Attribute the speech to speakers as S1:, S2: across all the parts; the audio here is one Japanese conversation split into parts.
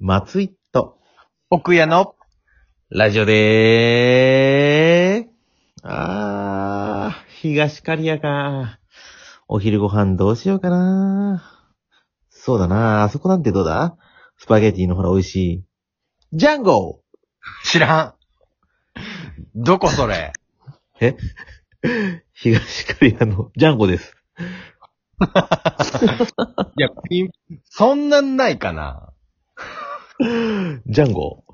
S1: 松井と、
S2: 奥屋の、
S1: ラジオでーあー、東刈谷か。お昼ご飯どうしようかな。そうだな、あそこなんてどうだスパゲティのほら美味しい。ジャンゴ
S2: 知らん。どこそれ。
S1: 東刈谷のジャンゴです。
S2: いや、ピン、そんなんないかな。
S1: ジャンゴ。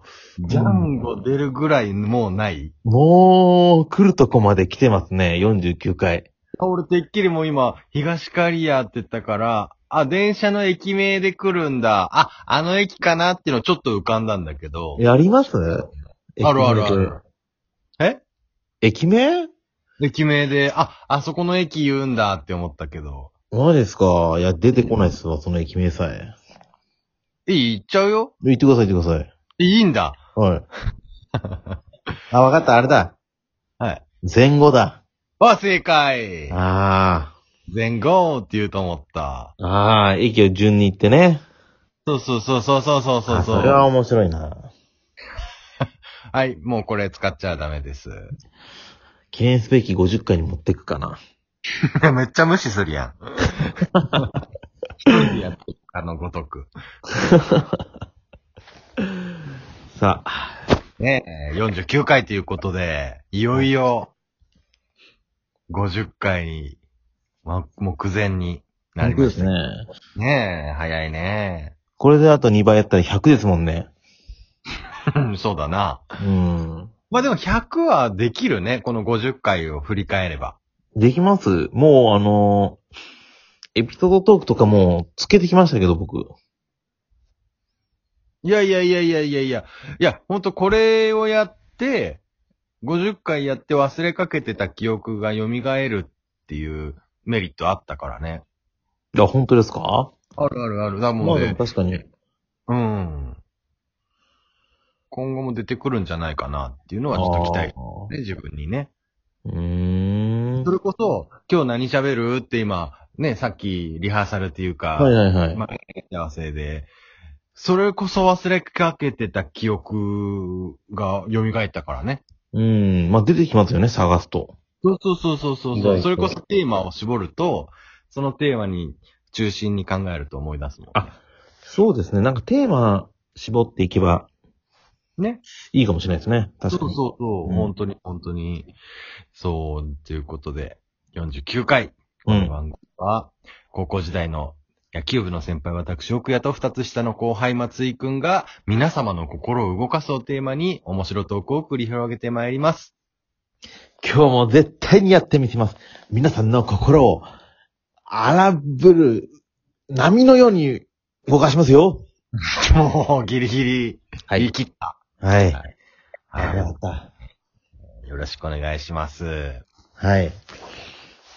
S2: ジャンゴ出るぐらいもうない。
S1: もう、来るとこまで来てますね、49回。
S2: 俺てっきりもう今、東刈谷って言ったから、あ、電車の駅名で来るんだ。あ、あの駅かなっていうのちょっと浮かんだんだけど。
S1: やります
S2: あるあるある。。
S1: 駅名
S2: 駅名で、あ、あそこの駅言うんだって思ったけど。
S1: マジですかいや、出てこないっすわ、その駅名さえ。
S2: いい行っちゃうよ
S1: 言ってください、言ってください。
S2: いいんだ。
S1: はい。あ、わかった、あれだ。
S2: はい。
S1: 前後だ。
S2: あ、正解
S1: あ
S2: 前後って言うと思った。
S1: あ。ああ、駅を順に行ってね。
S2: そうそうそうそうそうそうそう
S1: あそれは面白いな。
S2: はい、もうこれ使っちゃダメです。
S1: 記念すべき50回に持ってくかな。
S2: めっちゃ無視するやん。一人でやってるかのごとく。
S1: さあ、
S2: ねえ、49回ということで、いよいよ、50回に、ま、目前になりました。
S1: ね
S2: ね。ねえ、早いね。
S1: これであと2倍やったら100ですもんね。
S2: うんそうだな。
S1: うん。
S2: まあでも100はできるね、この50回を振り返れば。
S1: できますもうあのーエピソードトークとかもうつけてきましたけど、僕。
S2: いやいやいやいやいやいや。いや、ほんとこれをやって、50回やって忘れかけてた記憶が蘇るっていうメリットあったからね。
S1: いや、本当ですか
S2: あるあるある。だ
S1: ま
S2: も
S1: あ
S2: ん
S1: で
S2: ね
S1: も。確かに。
S2: うん。今後も出てくるんじゃないかなっていうのはちょっと期待。ね、自分にね。
S1: あー。うーん
S2: そ。れこそ、今日何喋るって今、ね、さっきリハーサルっていうか、
S1: はいはいはい。
S2: まあ、幸せで、それこそ忘れかけてた記憶が蘇ったからね。
S1: うん。まあ、出てきますよね、探すと。
S2: そうそうそうそうそう
S1: 意
S2: そ
S1: 外
S2: う。
S1: と
S2: それこそテーマを絞ると、そのテーマに中心に考えると思い出すもん。
S1: あそうですね。なんかテーマ絞っていけば
S2: ね。
S1: いいかもしれないですね。
S2: そう
S1: 確か
S2: そう
S1: に。
S2: そ
S1: う
S2: う。
S1: ん
S2: 本当に、本当に。そう、ということで、49回。こ
S1: うん
S2: の番組は、高校時代の野球部の先輩、私、奥谷と二つ下の後輩、松井くんが、皆様の心を動かすをテーマに、面白トークを繰り広げてまいり ます。
S1: 今日も絶対にやってみせます。皆さんの心を荒ぶる波のように動かしますよ。
S2: もう、ギリギリ、
S1: は
S2: 言い
S1: い。
S2: 切った。
S1: はい。
S2: は
S1: はい。よかっ
S2: よろしくお願いします。
S1: た。はい。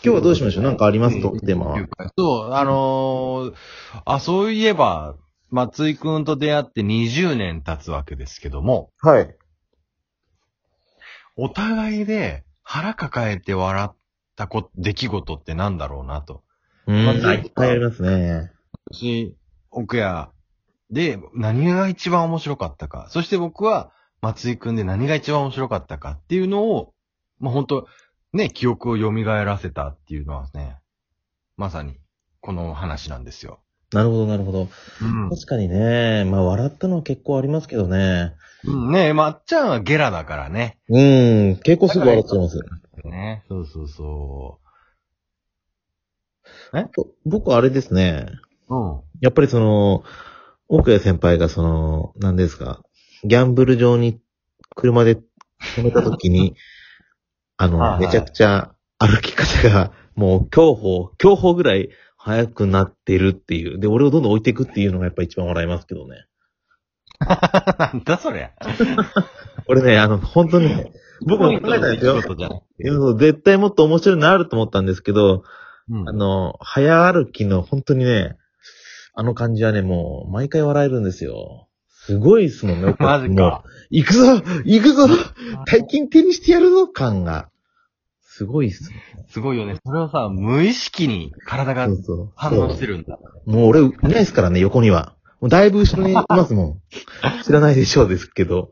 S1: 今日はどうしましょうなんかありますと、テーマは。
S2: そう、あのーあ、そういえば、松井くんと出会って20年経つわけですけども、
S1: はい。
S2: お互いで腹抱えて笑ったこ、出来事ってなんだろうなと。
S1: うん。
S2: ま
S1: は
S2: ず
S1: い。いっぱいありますね。
S2: 私、奥屋で何が一番面白かったか、そして僕は松井くんで何が一番面白かったかっていうのを、まあ、本当ね、記憶を蘇らせたっていうのはね、まさにこの話なんですよ。
S1: なるほど、なるほど。
S2: うん
S1: 確かにね、まあ笑ったのは結構ありますけどね。
S2: うん、ねえ、まっちゃんはゲラだからね。
S1: うん、結構すぐ笑っちゃいます。
S2: ね。そうそうそ
S1: 僕あれですね、
S2: う。うん。
S1: やっぱりその、奥谷先輩がその、何ですか、ギャンブル場に車で止めた時 に、あの、
S2: はいはい
S1: めちゃくちゃ歩き方が、もう競歩、競歩ぐらい速くなってるっていう。で、俺をどんどん置いていくっていうのがやっぱ一番笑いますけどね。
S2: なんだそりゃ。
S1: 俺ね、あの、本当にね、僕も考えたんですよ。
S2: ことじゃない。
S1: いや絶対もっと面白いのあると思ったんですけど、
S2: うん
S1: あの、早歩きの本当にね、あの感じはね、もう、毎回笑えるんですよ。すごいっすもん ね。
S2: マジ
S1: も
S2: か。
S1: う。行くぞ行くぞ大金手にしてやるぞ感が。すごいっすね。
S2: すごいよね。それをさ、無意識に体が
S1: そうそう。
S2: 反応して
S1: る。
S2: るんだ。
S1: もう俺、いないっすからね、横には。もうだいぶ後ろにいます もん。知らないでしょうですけど。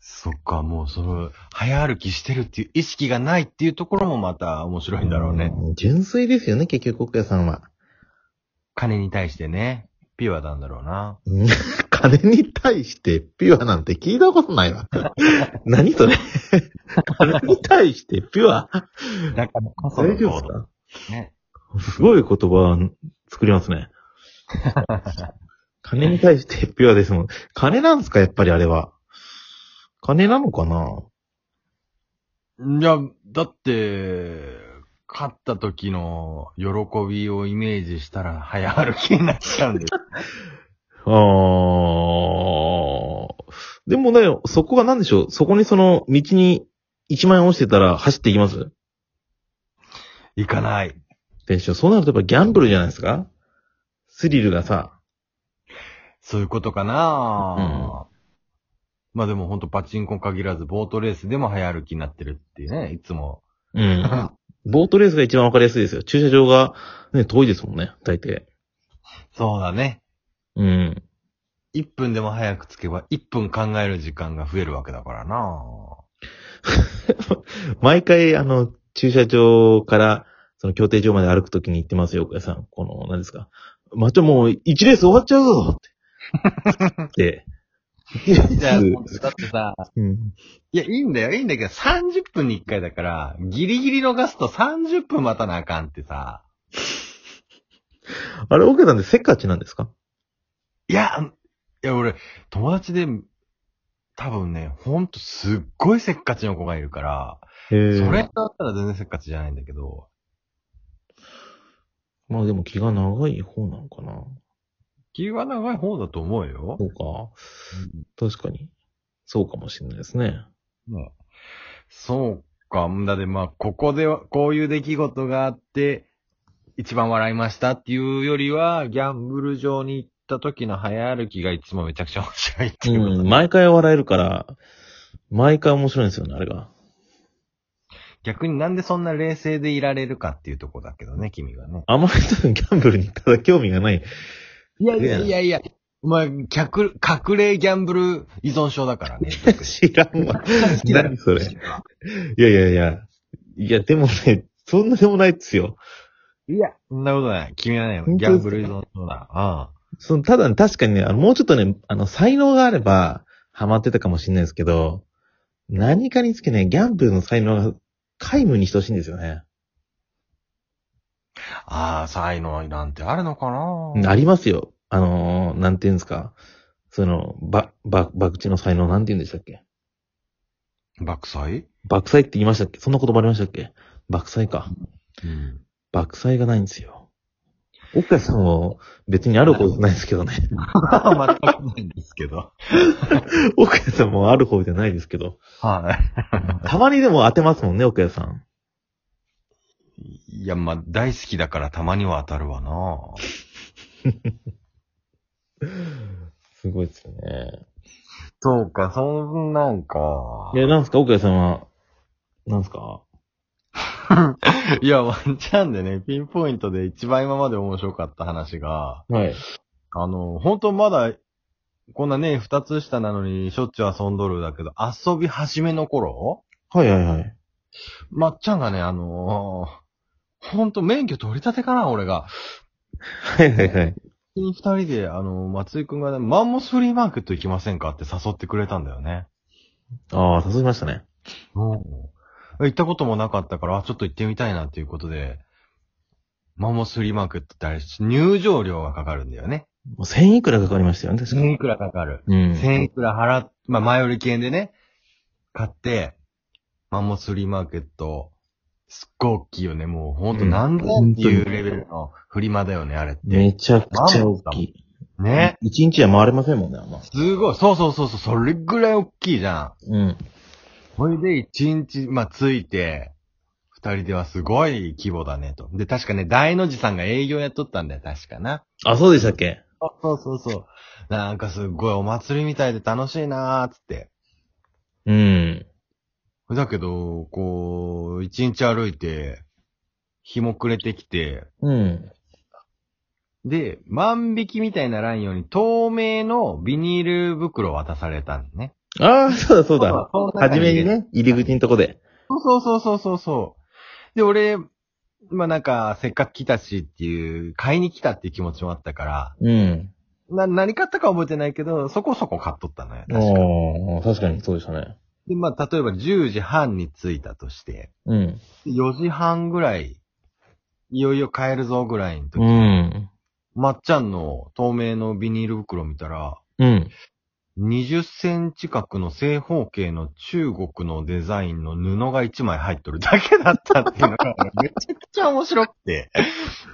S2: そっか、もうその、早歩きしてるっていう意識がないっていうところもまた面白いんだろうね。
S1: ん純粋ですよね、結局、奥屋さんは。
S2: 金に対してね、ピュアなんだろうな。
S1: うん 金に対してピュアなんて聞いたことない わ。何それ金に対してピュア
S2: だからこそ
S1: 大
S2: の
S1: 丈夫ですか
S2: ね。
S1: すごい言葉作りますね。 金に対してピュアですもん。金なんですかやっぱりあれは。金なのかない
S2: や、だって、勝った時の喜びをイメージしたら早歩きになっちゃうん です。
S1: あー。でもね、そこが何でしょうそこにその道に1万円落ちてたら走っていきます
S2: 行かない。
S1: でしょそうなるとやっぱギャンブルじゃないですかスリルがさ。
S2: そういうことかな、まあでもほんとパチンコ限らず、ボートレースでも早歩きになってるっていうね、いつも。
S1: うん。ボートレースが一番わかりやすいですよ。駐車場がね、遠いですもんね、大抵。
S2: そうだね。
S1: うん。
S2: 1分でも早く着けば1分考える時間が増えるわけだからな
S1: 毎回、あの、駐車場から、その競艇場まで歩くときに行ってますよ、奥谷さん。この、何ですか。マッチョもう、1レース終わっちゃうぞ って。って。
S2: じゃあ、だってさ、
S1: うん。
S2: いや、いいんだよ、いいんだけど、30分に1回だから、ギリギリ逃すと30分待たなあかんってさ。
S1: あれ、奥谷さんってせっかちなんですか
S2: いや、いや、俺、友達で、多分ね、ほんとすっごいせっかちの子がいるから、
S1: へえ
S2: それだったら全然せっかちじゃないんだけど、
S1: まあでも気が長い方なのかな。
S2: 気は長い方だと思うよ
S1: そ。うか。確かに。そうかもしれないですね。
S2: ねそうか。んだで、まあ、ここでは、こういう出来事があって、一番笑いましたっていうよりは、ギャンブル場に行った時の早歩きがいつもめちゃくちゃ面白いっていうこと、
S1: うん、毎回笑えるから、毎回面白いんですよね、あれが。
S2: 逆になんでそんな冷静でいられるかっていうとこだけどね、君はね。
S1: あまり多分ギャンブルにただ興味がない。
S2: いや
S1: いやい
S2: やいや。まあ、客、隠れギャンブル依存症だからね。僕
S1: 知らんわ。何それ。 い
S2: い
S1: やいやいや。いや、でもね、そんなでもないっすよ。
S2: や、そんなことない。君はね、
S1: 本当ですか
S2: ギャンブル依存症だ。ああ。
S1: その、ただ、確かにね、あの、もうちょっとね、あの、才能があれば、ハマってたかもしれないですけど、何かにつけね、ギャンブルの才能が、皆無に等しいんですよね。
S2: ああ、才能なんてあるのかな
S1: ありますよ。あのー、なんていうんですか。その、ば、ば、博打の才能なんて言うんでしたっけ
S2: 爆災
S1: 爆災って言いましたっけそんな言葉ありましたっけ爆災か。
S2: うん。
S1: 爆災がないんですよ。奥谷さんも別にある方じゃないですけどね。
S2: 全くないんですけど。
S1: 奥谷さんもある方じゃないですけど。
S2: は
S1: たまにでも当てますもんね、奥谷さん。
S2: い。いや、まあ、大好きだからたまには当たるわな
S1: すごいですよね。
S2: そうか、そんなんか
S1: いや、なんすか、奥谷さんは、なんすか
S2: いや、ワンチャンでね、ピンポイントで一番今まで面白かった話が、
S1: はい。
S2: あの、本当まだ、こんなね、二つ下なのにしょっちゅう遊んどるだけど、遊び始めの頃
S1: はいはいはい。
S2: まっちゃんがね、あのー、ほんと免許取り立てかな、俺が。
S1: はいはいはい。
S2: 二人で、あの、松井くんがね、マンモスフリーマーケット行きませんかって誘ってくれたんだよね。
S1: ああ、誘いましたね。
S2: うん。行ったこともなかったから、あちょっと行ってみたいなっていうことで、マンモスフリーマーケットってあれ、入場料がかかるんだよね。
S1: もう1000いくらかかりましたよね、確か
S2: 1000
S1: に。
S2: いくらかかる。
S1: うん。
S2: 1000いくら払っ、まあ、前売り券でね、買って、マンモスフリーマーケット、すっごい大きいよね。もうほんと何千っていうレベルのフリマだよね、あれって。
S1: めちゃくちゃ大きい。
S2: ね。
S1: 一日は回れませんもんね、あんま。
S2: すごい。そうそうそうそう。それぐらい大きいじゃん。
S1: うん。
S2: ほいで、一日、まあ、ついて、二人ではすごい規模だね、と。で、確かね、大の字さんが営業やっとったんだよ、確かな。
S1: あ、そうでしたっけ
S2: そうそうそう。なんかすごいお祭りみたいで楽しいなー、つって。
S1: うん。
S2: だけど、こう、一日歩いて、日も暮れてきて、
S1: うん。
S2: で、万引きみたいなライオンに透明のビニール袋を渡されたんね。
S1: ああ、そうだそう
S2: ま
S1: だ。
S2: あその
S1: は
S2: 中
S1: じめにね、入り口のとこで。
S2: そうそうそうそうそう。で、俺、まあなんか、せっかく来たしっていう、買いに来たっていう気持ちもあったから、
S1: うん。
S2: な、何買ったか覚えてないけど、そこそこ買っとったのよ。確か。
S1: おー確かにそうでしたね。
S2: で、まあ例えば10時半に着いたとして、
S1: うん。
S2: 4時半ぐらい、いよいよ帰るぞぐらいの時、
S1: うん。
S2: まっちゃんの透明のビニール袋見たら、
S1: うん。
S2: 20センチ角の正方形の中国のデザインの布が1枚入っとるだけだったっていうのが、めちゃくちゃ面白くて、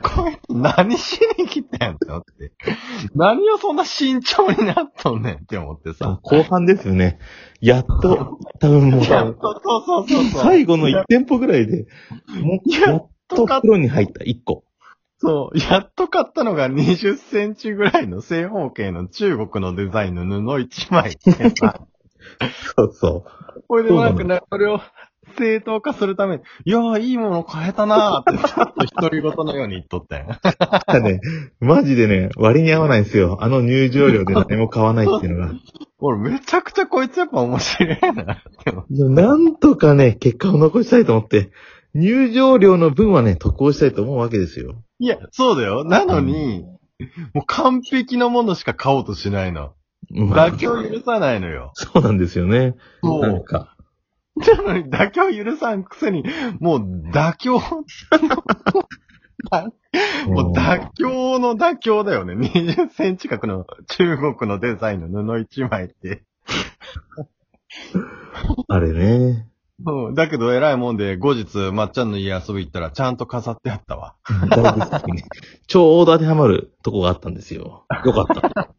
S2: こいつ何しに来たんやんって思って、何をそんな慎重になっとんねんって思ってさ。
S1: 後半ですよね。 やっと、多分も
S2: いや
S1: う、
S2: そうそうそうそう。
S1: 最後の1店舗ぐらいで、もう、やっと袋に入った1個。
S2: そう、やっと買ったのが20センチぐらいの正方形の中国のデザインの布1枚ってさ、
S1: そうそ
S2: これでもなんかな、それを正当化するために、いやー、いいもの買えたな ーって、ちょっと独り言のように言っとったよ。
S1: う。ただね、 マジでね、割に合わないんですよ。あの入場料で何も買わないっていうのが。
S2: 俺、めちゃくちゃこいつやっぱ面白いな。
S1: でもなんとかね、結果を残したいと思って、入場料の分はね、得をしたいと思うわけですよ。
S2: いや、そうだよ。なのに、もう完璧なものしか買おうとしないの。
S1: まあ
S2: 妥、協許さないのよ。
S1: そうなんですよね。
S2: そう
S1: なんか。
S2: なのに妥協許さんくせに、もう妥協もう妥協の妥協だよね。20センチ角の中国のデザインの布一枚って。
S1: あれね。
S2: うん。だけど偉いもんで、後日、まっちゃんの家遊び行ったら、ちゃんと飾ってあったわ。
S1: だいぶ先にちょうど当てはまるとこがあったんですよ。よかった。